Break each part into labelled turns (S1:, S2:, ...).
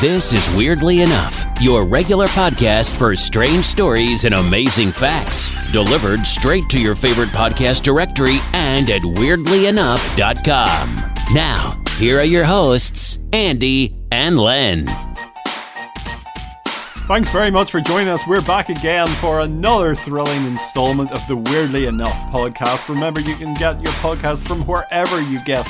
S1: This is Weirdly Enough, your regular podcast for strange stories and amazing facts, delivered straight to your favorite podcast directory and at weirdlyenough.com. Now, here are your hosts, Andy and Len.
S2: Thanks very much for joining us. We're back again for another thrilling installment of the Weirdly Enough podcast. Remember, you can get your podcast from wherever you get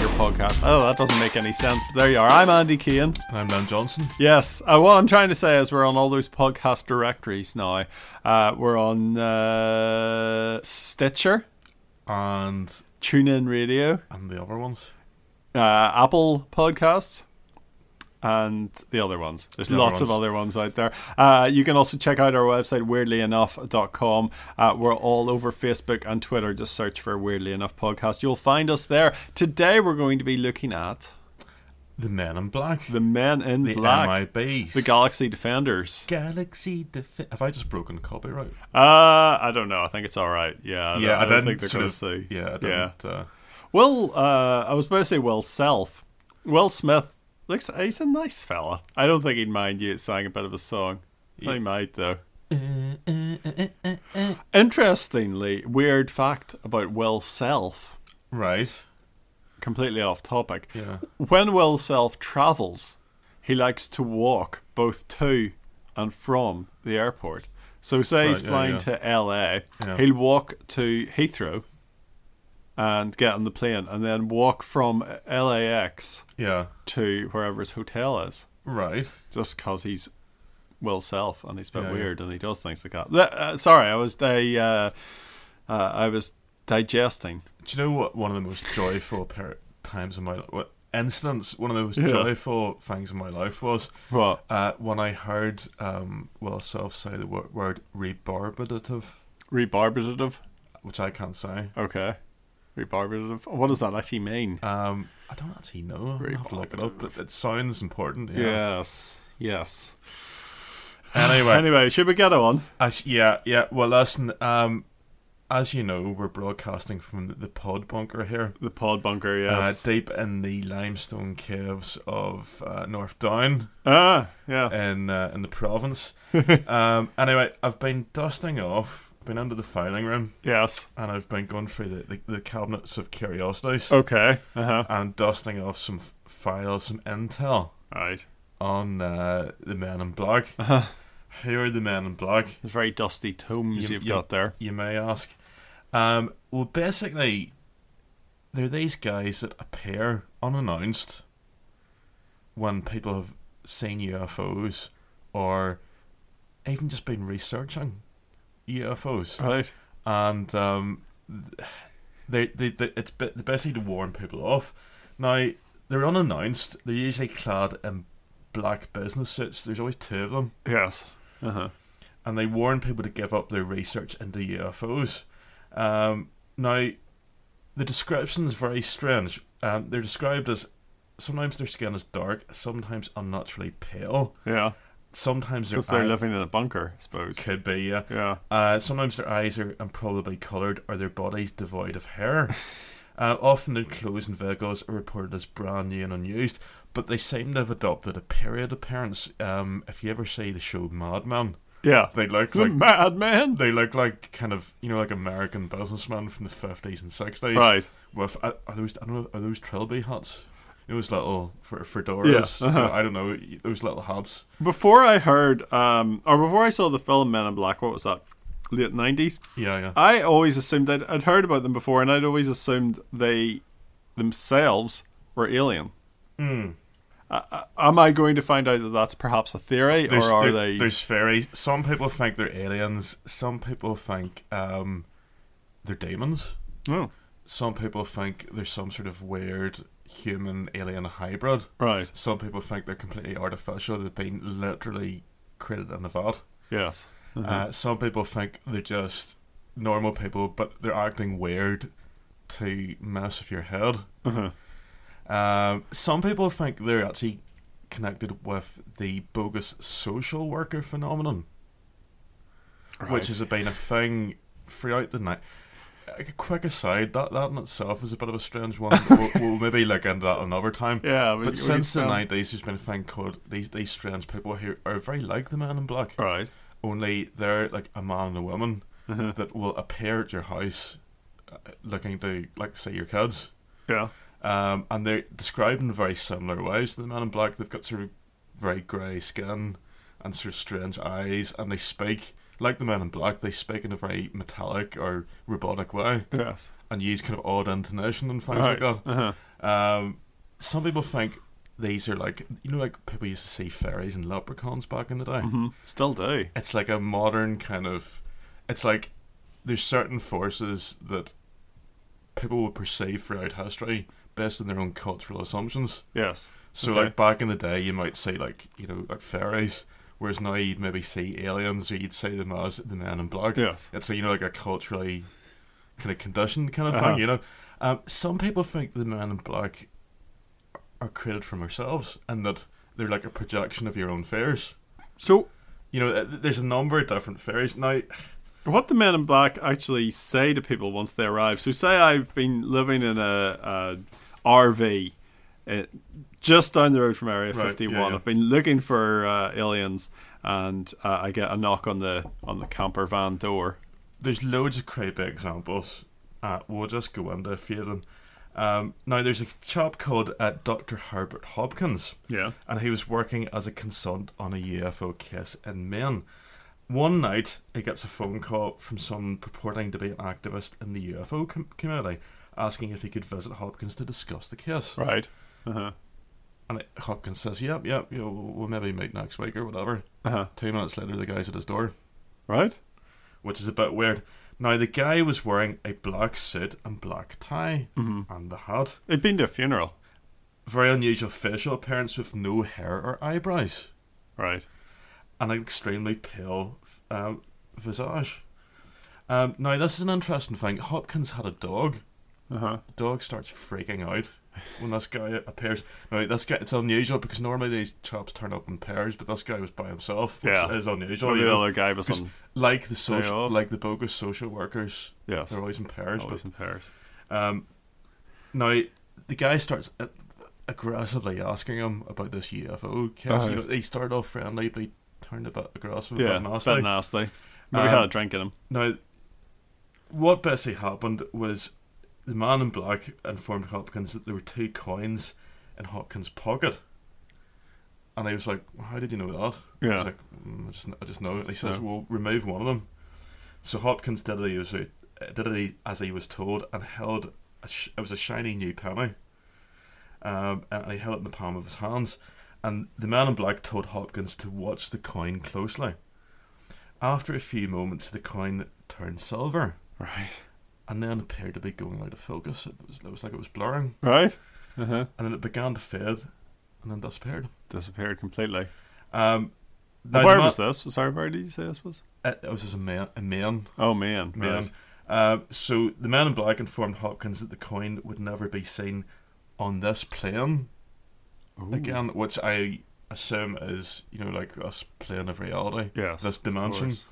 S2: your podcast. Oh, that doesn't make any sense, but there you are. I'm Andy Keane.
S3: And I'm Len Johnson.
S2: Yes, uh, what I'm trying to say is we're on all those podcast directories now. Uh, we're on uh, Stitcher,
S3: And
S2: TuneIn Radio,
S3: and the other ones.
S2: uh, Apple Podcasts, and the other ones. There's
S3: The other
S2: lots of
S3: ones.
S2: other ones out there. Uh, you can also check out our website, weirdlyenough.com. Uh, we're all over Facebook and Twitter. Just search for Weirdly Enough Podcast. You'll find us there. Today, we're going to be looking at
S3: The Men in Black.
S2: the Men in
S3: the
S2: Black,
S3: MIBs.
S2: the Galaxy Defenders.
S3: Galaxy Defi- Have I just broken copyright?
S2: Uh, I don't know. I think it's all right. Yeah, I don't, I don't think they're
S3: sort
S2: going to
S3: of-
S2: see.
S3: Yeah, I
S2: yeah.
S3: didn't. Uh,
S2: Will, uh, I was about to say Will Self. Will Smith looks. He's a nice fella. I don't think he'd mind you sang a bit of a song. He might though. Interestingly, weird fact about Will Self.
S3: right.
S2: Completely off topic.
S3: Yeah.
S2: When Will Self travels, he likes to walk both to and from the airport. So, say he's
S3: Right, yeah,
S2: flying
S3: yeah.
S2: to LA,
S3: Yeah.
S2: he'll walk to Heathrow and get on the plane, and then walk from LAX
S3: Yeah.
S2: to wherever his hotel is,
S3: Right.
S2: just because he's Will Self and he's a bit
S3: Yeah, yeah.
S2: weird and he does things like that. Th- uh, sorry, I was di- uh, uh, I was digesting.
S3: Do you know what? One of the most joyful per- times in my life. What, incidents, one of the most
S2: Yeah.
S3: joyful things in my life was
S2: What?
S3: uh, when I heard um, Will Self say the word, word rebarbative,
S2: Rebarbative?
S3: which I can't say.
S2: Okay. Rebarbative? What does that actually mean?
S3: Um, I don't actually know. I have to look it up, but it sounds important. Yeah.
S2: Yes. Yes.
S3: Anyway,
S2: Anyway, should we get on?
S3: as- yeah, yeah. Well, listen. Um, as you know, we're broadcasting from the, the pod bunker here,
S2: The pod bunker, yes.
S3: uh, deep in the limestone caves of uh, North Down
S2: ah, yeah.
S3: in uh, in the province. um, anyway, I've been dusting off, been under the filing room,
S2: yes.
S3: and I've been going through the, the, the cabinets of curiosities
S2: Okay. Uh huh.
S3: and dusting off some f- files, some intel.
S2: Right.
S3: on uh, the men in black. Who are the men in black?
S2: It's very dusty tomes you,
S3: You-
S2: have
S3: you-
S2: got there.
S3: You may ask. Um, well, basically, they're these guys that appear unannounced when people have seen UFOs or even just been researching UFOs,
S2: Right.
S3: and um, they, they, they it's ba- they're basically to warn people off. Now they're unannounced. They're usually clad in black business suits. There's always two of them
S2: Yes. Uh huh.
S3: and they warn people to give up their research into UFOs. Um, now, the description is very strange. Um, they're described as sometimes their skin is dark, sometimes unnaturally pale,
S2: Yeah.
S3: sometimes their
S2: Because they're
S3: eye-
S2: living in a bunker, I suppose.
S3: could be yeah.
S2: Yeah.
S3: Uh, sometimes their eyes are improbably coloured or their bodies devoid of hair. Uh, often their clothes and vehicles are reported as brand new and unused, but they seem to have adopted a period appearance. Um, if you ever see the show Madman,
S2: Yeah.
S3: they look
S2: the
S3: like
S2: madman.
S3: they look like kind of you know like American businessmen from the fifties and sixties.
S2: Right.
S3: With are are those I don't know are those trilby hats? Those little for fedoras.
S2: Yeah, uh-huh.
S3: I don't know those little hats.
S2: Before I heard, um, or before I saw the film Men in Black, what was that? Late 90s?
S3: Yeah, yeah.
S2: I always assumed I'd, I'd heard about them before, and I'd always assumed they themselves were alien.
S3: Hmm.
S2: Uh, am I going to find out that that's perhaps a theory,
S3: there's,
S2: or are
S3: there-
S2: they?
S3: There's fairies. Some people think they're aliens. Some people think um, they're demons.
S2: Oh,
S3: Some people think they're some sort of weird human alien hybrid.
S2: right.
S3: Some people think they're completely artificial. They've been literally created in a vat.
S2: Yes.
S3: Uh, some people think they're just normal people, but they're acting weird to mess with your head.
S2: Uh-huh.
S3: Um, some people think they're actually connected with the bogus social worker phenomenon,
S2: Right.
S3: which has been a thing throughout the night. a quick aside, that, that in itself is a bit of a strange one. but we'll, we'll maybe look into that another time.
S2: Yeah, we-
S3: but
S2: we
S3: since the
S2: can-
S3: nineties, there's been a thing called these these strange people who are very like the Man in Black,
S2: Right.
S3: only they're like a man and a woman that will appear at your house, uh, looking to like say your kids,
S2: Yeah.
S3: um, and they're described in very similar ways to the Man in Black. They've got sort of very grey skin and sort of strange eyes, and they speak. Like the Man in Black, they speak in a very metallic or robotic way
S2: Yes.
S3: and use kind of odd intonation and things
S2: Right.
S3: like that.
S2: Uh-huh.
S3: Um, some people think these are like you know, like people used to see fairies and leprechauns back in the day.
S2: Mm-hmm. Still do.
S3: It's like a modern kind of. It's like there's certain forces that people will perceive throughout history based on their own cultural assumptions.
S2: Yes.
S3: So
S2: Okay.
S3: like back in the day, you might see like you know like fairies. Whereas now you'd maybe see aliens, or you'd see them as the Man in Black.
S2: Yes.
S3: it's a, you know like a culturally kind of conditioned kind of
S2: Uh-huh.
S3: thing. You know, um, some people think the Man in Black are created from ourselves, and that they're like a projection of your own fears.
S2: So,
S3: You know, th- there's a number of different fears now.
S2: what the men in black actually say to people once they arrive. So, say I've been living in a, a RV uh, just down the road from Area
S3: Right, yeah,
S2: 51.
S3: yeah.
S2: I've been looking for uh, aliens, and uh, I get a knock on the on the camper van door.
S3: there's loads of creepy examples. Uh, we'll just go into a few of them. Um, now, there's a chap called uh, Dr. Herbert Hopkins.
S2: Yeah.
S3: And he was working as a consultant on a UFO case in Maine. One night, he gets a phone call from someone purporting to be an activist in the UFO com- community asking if he could visit Hopkins to discuss the case.
S2: Right. Uh-huh.
S3: And Hopkins says, Yep, yep, you know, we'll we'll maybe meet next week or whatever.
S2: Uh-huh.
S3: Two minutes later, the guy's at his door
S2: Right.
S3: which is a bit weird. Now the guy was wearing a black suit and black tie
S2: Mm-hmm.
S3: and the hat.
S2: They've been to a funeral.
S3: Very unusual facial appearance with no hair or eyebrows
S2: Right.
S3: and an extremely pale um, visage. Um, now this is an interesting thing. Hopkins had a dog.
S2: Uh-huh.
S3: Dog starts freaking out when this guy appears. Now this guy it's unusual because normally these chaps turn up in pairs, but this guy was by himself, which
S2: Yeah.
S3: is unusual.
S2: Maybe
S3: you
S2: the
S3: know.
S2: other guy was
S3: 'Cause
S2: on
S3: like the social,
S2: off.
S3: like the bogus social workers,
S2: Yes.
S3: they're always in pairs. but
S2: always in Paris.
S3: Um, now the guy starts uh, aggressively asking him about this UFO case. You know,
S2: Right.
S3: he started off friendly, but he turned a bit aggressive,
S2: Uh-huh. Yeah,
S3: yeah,
S2: bit
S3: nasty.
S2: nasty. Maybe
S3: Um,
S2: had a drink in him.
S3: now, what basically happened was the man in black informed Hopkins that there were two coins in Hopkins' pocket. And he was like, "Well, "How did you know that?" He
S2: Yeah.
S3: was like, "Mm, "I just, kn- I just know." And he
S2: Just
S3: says,
S2: know.
S3: "Well, remove one of them." So Hopkins did it. He was, uh, did it as he was told, and held. A sh- it was a shiny new penny, um, and he held it in the palm of his hands. And the man in black told Hopkins to watch the coin closely. After a few moments, the coin turned silver
S2: Right.
S3: and then appeared to be going out of focus. It was, it was like it was blurring,
S2: Right. Uh-huh.
S3: and then it began to fade, and then disappeared.
S2: Disappeared completely.
S3: Um, now the
S2: where
S3: ma-
S2: was this? Sorry, where did you say this was?
S3: It, it was just a man. A man.
S2: Oh man,
S3: man.
S2: Right.
S3: Uh, so the man in black informed Hopkins that the coin would never be seen on this plane
S2: Ooh.
S3: again, which I assume is you know like this plane of reality,
S2: Yes.
S3: this
S2: of
S3: dimension.
S2: course.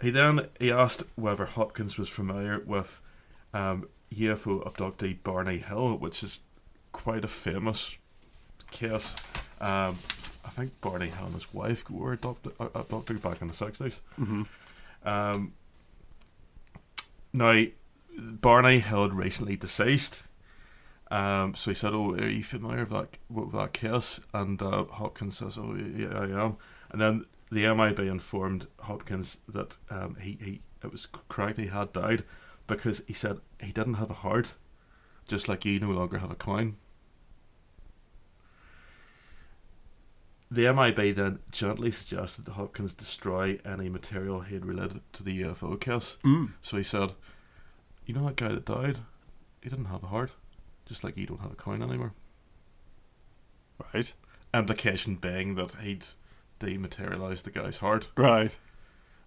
S3: He then he asked whether Hopkins was familiar with um, UFO abductee Barney Hill, which is quite a famous case. Um, I think Barney Hill and his wife were abducted, uh, abducted back in the 60s.
S2: Mm-hmm.
S3: Um, now, Barney Hill had recently deceased. Um, so he said, "Oh, are you familiar with that with that case?" And uh, Hopkins says, "Oh, yeah, I am." And then the MIB informed Hopkins that um, he he it was correct he had died because he said he didn't have a heart, just like you no longer have a coin. The MIB then gently suggested that Hopkins destroy any material he had related to the UFO case.
S2: Mm.
S3: So he said, "You know that guy that died? He didn't have a heart, just like you don't have a coin anymore."
S2: Right.
S3: Implication being that he'd dematerialized the guy's heart,
S2: Right.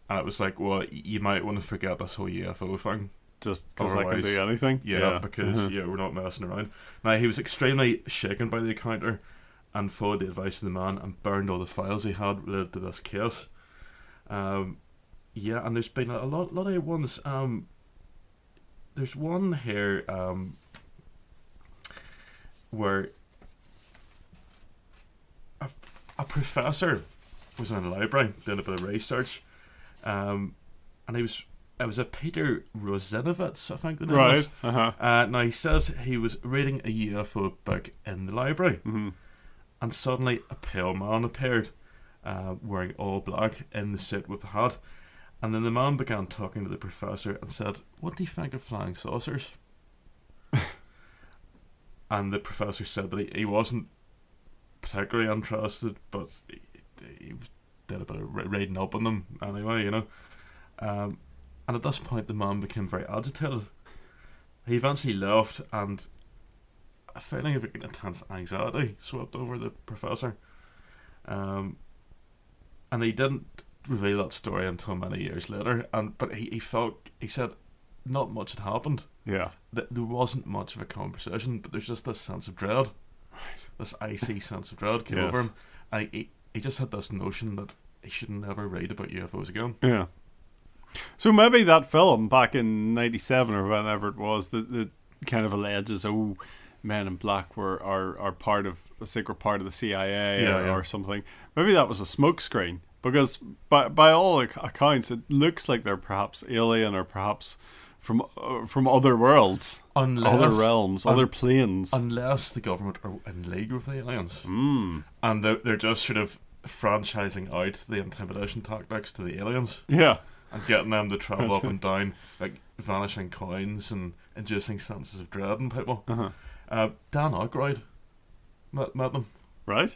S3: and it was like, "Well, y- you might want to forget this whole UFO thing."
S2: Just because I can
S3: Otherwise-
S2: do anything.
S3: Yeah, because
S2: Uh-huh.
S3: yeah, we're not messing around. Now he was extremely shaken by the encounter, and followed the advice of the man and burned all the files he had related to this case. Um, yeah, and there's been a lot, lot of ones. Um, there's one here um, where a, a professor was in a library doing a bit of research, um, and he was it was a Peter Rosinovitz, I think the name was.
S2: Right. Uh-huh.
S3: Uh, now he says he was reading a UFO book in the library, and suddenly a pale man appeared, uh, wearing all black in the suit with the hat. And then the man began talking to the professor and said, "What do you think of flying saucers?" and the professor said that he, he wasn't particularly interested, but he, he did a bit of re- reading up on them anyway, you know. Um, and at this point, the man became very agitated. He eventually left, and a feeling of intense anxiety swept over the professor. Um, and he didn't reveal that story until many years later. And but he, he felt he said not much had happened.
S2: Yeah.
S3: That there wasn't much of a conversation, but there's just this sense of dread, this icy sense of dread came
S2: Yes.
S3: over him. And he, he just had this notion that he should never read about UFOs again.
S2: Yeah. So maybe that film back in '97 or whenever it was that, that kind of alleges, oh, Men in Black were are, are part of a secret part of the CIA
S3: Yeah,
S2: or,
S3: yeah.
S2: or something. Maybe that was a smokescreen because by by all ac- accounts, it looks like they're perhaps alien or perhaps from uh, from other worlds, other
S3: Unless-
S2: realms,
S3: un-
S2: other planes.
S3: unless the government are in league with the aliens, and they're, they're just sort of franchising out the intimidation tactics to the aliens
S2: yeah.
S3: and getting them to travel up and down, like vanishing coins and inducing senses of dread in people. uh Dan Aykroyd met, met them
S2: Right.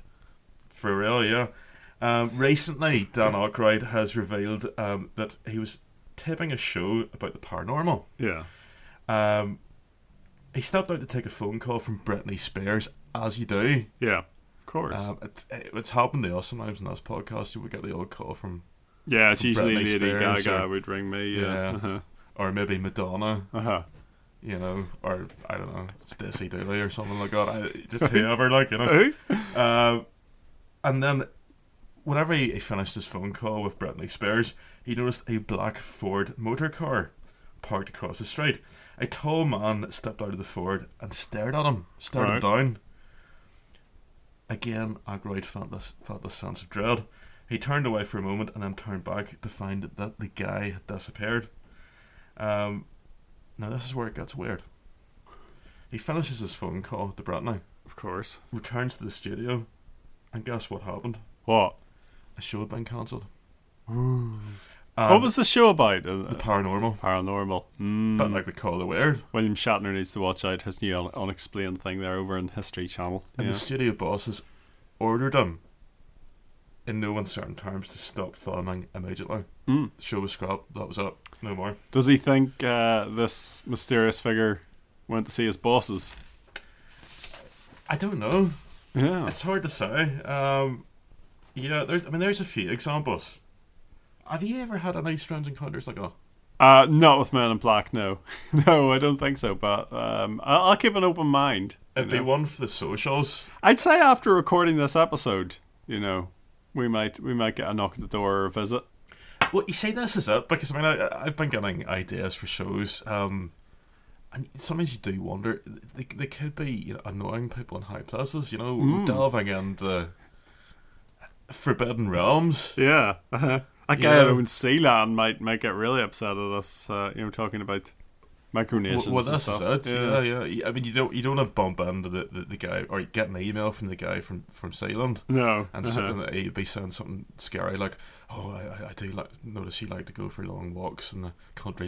S3: for real, yeah. Um, recently, Dan Aykroyd has revealed um, that he was taping a show about the paranormal.
S2: Yeah.
S3: Um, he stepped out to take a phone call from Britney Spears, as you do.
S2: Yeah. Of course.
S3: Um, it, it, it's happened to us sometimes in this podcast. You would get the old call from,
S2: yeah. It's usually
S3: Britney
S2: Lady
S3: Spears
S2: Gaga
S3: or-
S2: would ring me. Yeah.
S3: Yeah.
S2: Uh-huh.
S3: or maybe Madonna,
S2: Uh-huh.
S3: you know, or I don't know, Stacey Dooley or something like that. I, just whoever, like you know.
S2: Who?
S3: Um, and then, whenever he, he finished his phone call with Britney Spears, he noticed a black Ford motor car parked across the street. A tall man stepped out of the Ford and stared at him, stared him
S2: Right.
S3: down. Again, Agroyd felt this felt this sense of dread. He turned away for a moment and then turned back to find that the guy had disappeared. Um, now this is where it gets weird. He finishes his phone call to Britney,
S2: Of course.
S3: returns to the studio, and guess what happened?
S2: What?
S3: A show had been cancelled.
S2: what was the show about? Uh,
S3: Um, The paranormal,
S2: paranormal. Mm.
S3: but like the call the weird.
S2: William Shatner needs to watch out his new un- unexplained thing there over in History Channel.
S3: And
S2: Yeah.
S3: the studio bosses ordered him, in no uncertain terms, to stop filming immediately.
S2: Mm.
S3: The show was scrapped. That was it. No more.
S2: Does he think uh, this mysterious figure went to see his bosses?
S3: I don't know.
S2: Yeah.
S3: It's hard to say. Um, yeah, there's, I mean, there's a few examples. Have you ever had any strange encounters like that?
S2: Uh, not with Men in Black, no. no, I don't think so, but um, I'll, I'll keep an open mind. you
S3: It'd be
S2: know.
S3: one for the socials.
S2: I'd say after recording this episode, you know, we might we might get a knock at the door or a visit.
S3: Well, you see, this is it because I mean, I, I've been getting ideas for shows, um, and sometimes you do wonder they, they could be you know, annoying people in high places. You know,
S2: Mm.
S3: delving into forbidden realms.
S2: Yeah. Uh-huh. A guy
S3: Yeah.
S2: who owns Sealand might might get really upset at us, uh, you know, talking about Micronesians.
S3: Well, well
S2: and
S3: this is
S2: stuff.
S3: it. Yeah. yeah, I mean, you don't you don't want to bump into the, the, the guy or get an email from the guy from from Sealand.
S2: No.
S3: And
S2: uh-huh.
S3: something that he'd be saying something scary like, "Oh, I, I- I do like notice you like to go for long walks in the country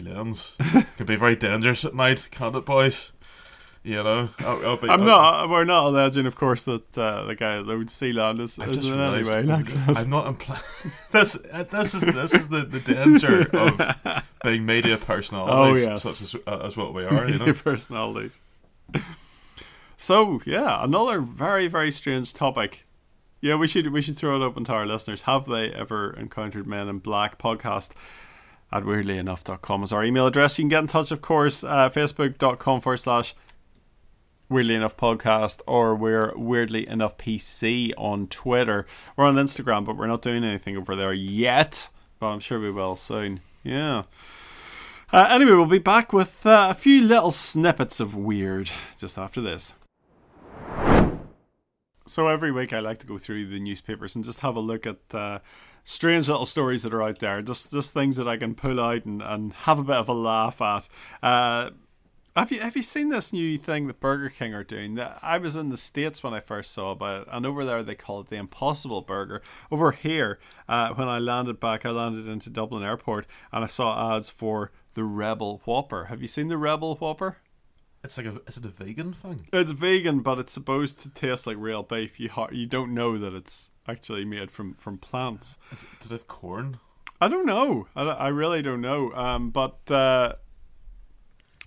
S3: lanes. Can be very dangerous at night, can't it, boys? You know, I'll, I'll be,
S2: I'm
S3: I'll-
S2: not. We're not alleging, of course, that uh, the guy that owns Sealand is,
S3: I've
S2: is
S3: just
S2: in any
S3: realised
S2: way like that.
S3: I'm not implying this. uh, This is this is the, the danger of being media personalities,
S2: Oh, yes.
S3: such as uh, as what we are. You know?
S2: Your personalities. So yeah, another very very strange topic. Yeah, we should we should throw it open to our listeners. Have they ever encountered men in black? Podcast at weirdlyenough.com is our email address. You can get in touch, of course, uh, facebook.com forward slash Weirdly Enough Podcast, or we're Weirdly Enough PC on Twitter. We're on Instagram, but we're not doing anything over there yet. But I'm sure we will soon. Yeah. Uh, anyway, we'll be back with uh, a few little snippets of weird just after this. So every week I like to go through the newspapers and just have a look at uh, strange little stories that are out there, just just things that I can pull out and, and have a bit of a laugh at. Uh, have you have you seen this new thing that Burger King are doing? That I was in the states when I first saw about it, and over there they call it the Impossible Burger. Over here, uh, when I landed back, I landed into Dublin Airport, and I saw ads for the Rebel Whopper. Have you seen the Rebel Whopper?
S3: It's like a is it a vegan thing?
S2: It's vegan, but it's supposed to taste like real beef. You ha- you don't know that it's actually made from from plants.
S3: Is it, did it have corn?
S2: I don't know. I, I really don't know. Um, but uh,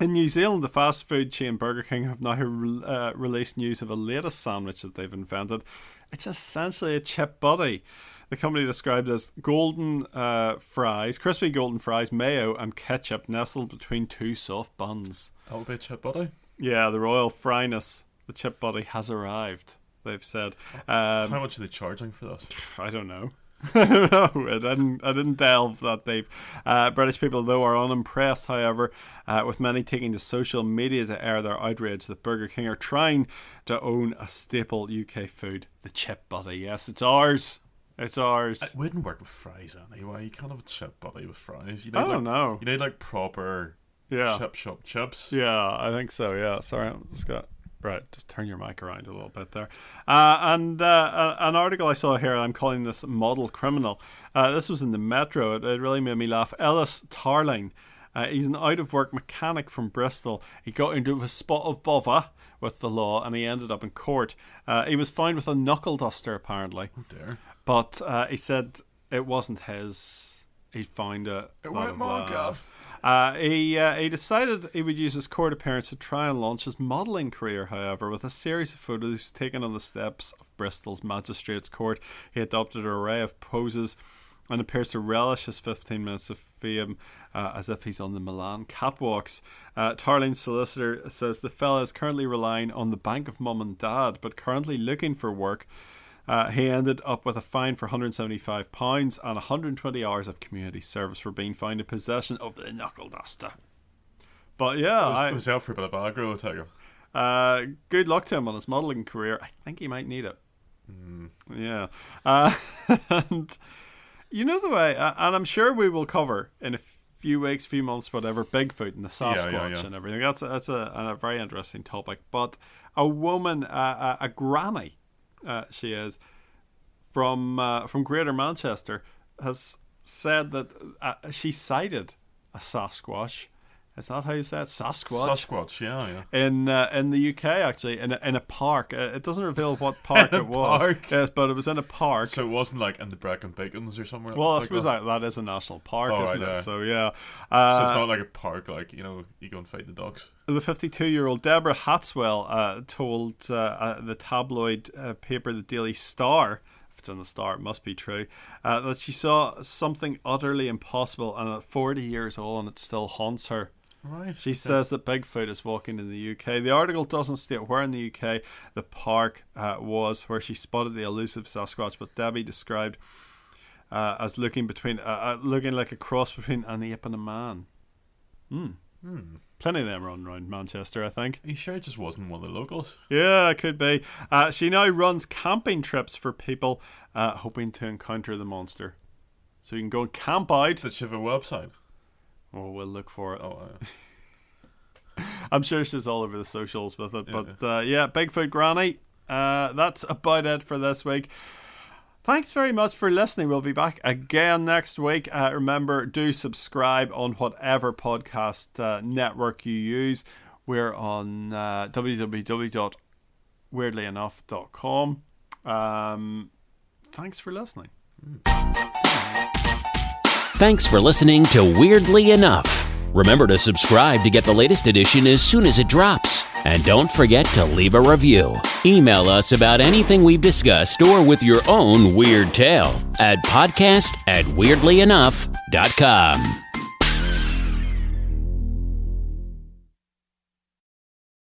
S2: in New Zealand, the fast food chain Burger King have now re- uh, released news of a latest sandwich that they've invented. It's essentially a chip buddy. The company described as golden uh, fries, crispy golden fries, mayo, and ketchup nestled between two soft buns.
S3: That would be a chip buddy.
S2: Yeah, the royal fryness, the chip buddy has arrived. They've said. Um,
S3: How much are they charging for this?
S2: I don't know. I don't know. I didn't. I didn't delve that deep. Uh, British people, though, are unimpressed. However, uh, with many taking to social media to air their outrage that Burger King are trying to own a staple UK food, the chip buddy. Yes, it's ours. It's ours.
S3: It wouldn't work with fries anyway. You can't have a chip buddy with fries. You need
S2: I don't
S3: like,
S2: know.
S3: You need like proper
S2: yeah.
S3: chip shop chips.
S2: Yeah, I think so. Yeah, sorry, I'm just got right. Just turn your mic around a little bit there. Uh, and uh, a- an article I saw here, I'm calling this model criminal. Uh, this was in the Metro. It, it really made me laugh. Ellis Tarling. Uh, he's an out of work mechanic from Bristol. He got into a spot of bother with the law and he ended up in court. Uh, he was found with a knuckle duster, apparently,
S3: There.
S2: but uh, he said it wasn't his. He found it.
S3: It
S2: blah,
S3: went
S2: blah,
S3: more
S2: blah.
S3: gaff.
S2: Uh, he uh, he decided he would use his court appearance to try and launch his modelling career. However, with a series of photos taken on the steps of Bristol's magistrates' court, he adopted an array of poses and appears to relish his 15 minutes of fame uh, as if he's on the Milan catwalks. Uh, Tarling's solicitor says the fella is currently relying on the bank of mum and dad, but currently looking for work. Uh, he ended up with a fine for £175 and 120 hours of community service for being found in possession of the knuckle duster. But yeah,
S3: was,
S2: I-
S3: it was out for a bit of aggro attack.
S2: uh, good luck to him on his modelling career. I think he might need it.
S3: Hmm.
S2: Yeah. Uh, and you know the way, uh, and I'm sure we will cover in a few weeks, few months, whatever, Bigfoot and the Sasquatch
S3: yeah.
S2: and everything. That's a, that's a, a very interesting topic. But a woman, uh, a, a granny, uh, she is from uh, from Greater Manchester has said that uh, she sighted a Sasquatch. Is that how you say it? Sasquatch
S3: Sasquatch, yeah, yeah.
S2: in uh, in the UK actually in a, in a park. Uh, it doesn't reveal what park
S3: In a
S2: it was.
S3: park.
S2: Yes, but it was in a park.
S3: So it wasn't like in the Bracken Bacons or somewhere.
S2: well, I
S3: like
S2: suppose that, that is a national park,
S3: Oh,
S2: isn't
S3: right,
S2: it?
S3: yeah.
S2: So yeah.
S3: So
S2: Uh,
S3: it's not like a park, like you know, you go and fight the dogs.
S2: the 52-year-old Deborah Hatswell uh, told uh, uh, the tabloid uh, paper The Daily Star, if it's in the Star, it must be true, uh, that she saw something utterly impossible, and at 40 years old, and it still haunts her.
S3: Right.
S2: She says that Bigfoot is walking in the UK. The article doesn't state where in the UK the park uh, was where she spotted the elusive Sasquatch, but Debbie described uh, as looking between, uh, uh, looking like a cross between an ape and a man. Hmm. Plenty of them running around Manchester, I think.
S3: He sure just wasn't one of the locals.
S2: Yeah, it could be. Uh, she now runs camping trips for people uh, hoping to encounter the monster. So you can go and camp out.
S3: Did she have a website?
S2: Oh, we'll look for it.
S3: Oh, uh,
S2: I'm sure she's all over the socials with it. But uh, yeah, Bigfoot Granny. Uh, that's about it for this week. Thanks very much for listening. We'll be back again next week. Uh, remember, do subscribe on whatever podcast uh, network you use. We're on uh, www.weirdlyenough.com. Um, thanks for listening.
S1: Thanks for listening to Weirdly Enough. Remember to subscribe to get the latest edition as soon as it drops. And don't forget to leave a review. Email us about anything we've discussed or with your own weird tale at podcast at weirdlyenough.com.